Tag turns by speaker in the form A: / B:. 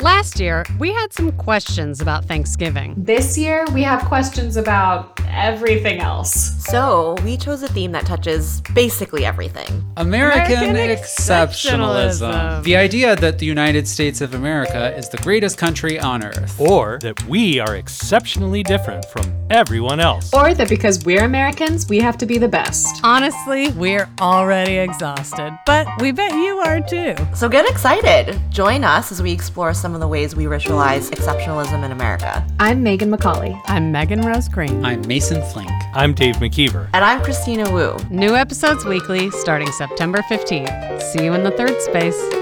A: Last year, we had some questions about Thanksgiving.
B: This year, we have questions about everything else.
C: So, we chose a theme that touches basically everything.
D: American,
A: American
D: exceptionalism.
A: exceptionalism.
D: The idea that the United States of America is the greatest country on earth.
E: Or that we are exceptionally different from everyone else.
B: Or that because we're Americans, we have to be the best.
A: Honestly, we're already exhausted, but we bet you are too.
C: So, get excited! Join us as we explore some of the ways we ritualize exceptionalism in America.
B: I'm Megan McCauley.
A: I'm Megan Rose Green.
D: I'm Mason Flink.
E: I'm Dave McKeever.
C: And I'm Christina Wu.
A: New episodes weekly starting September 15th. See you in the third space.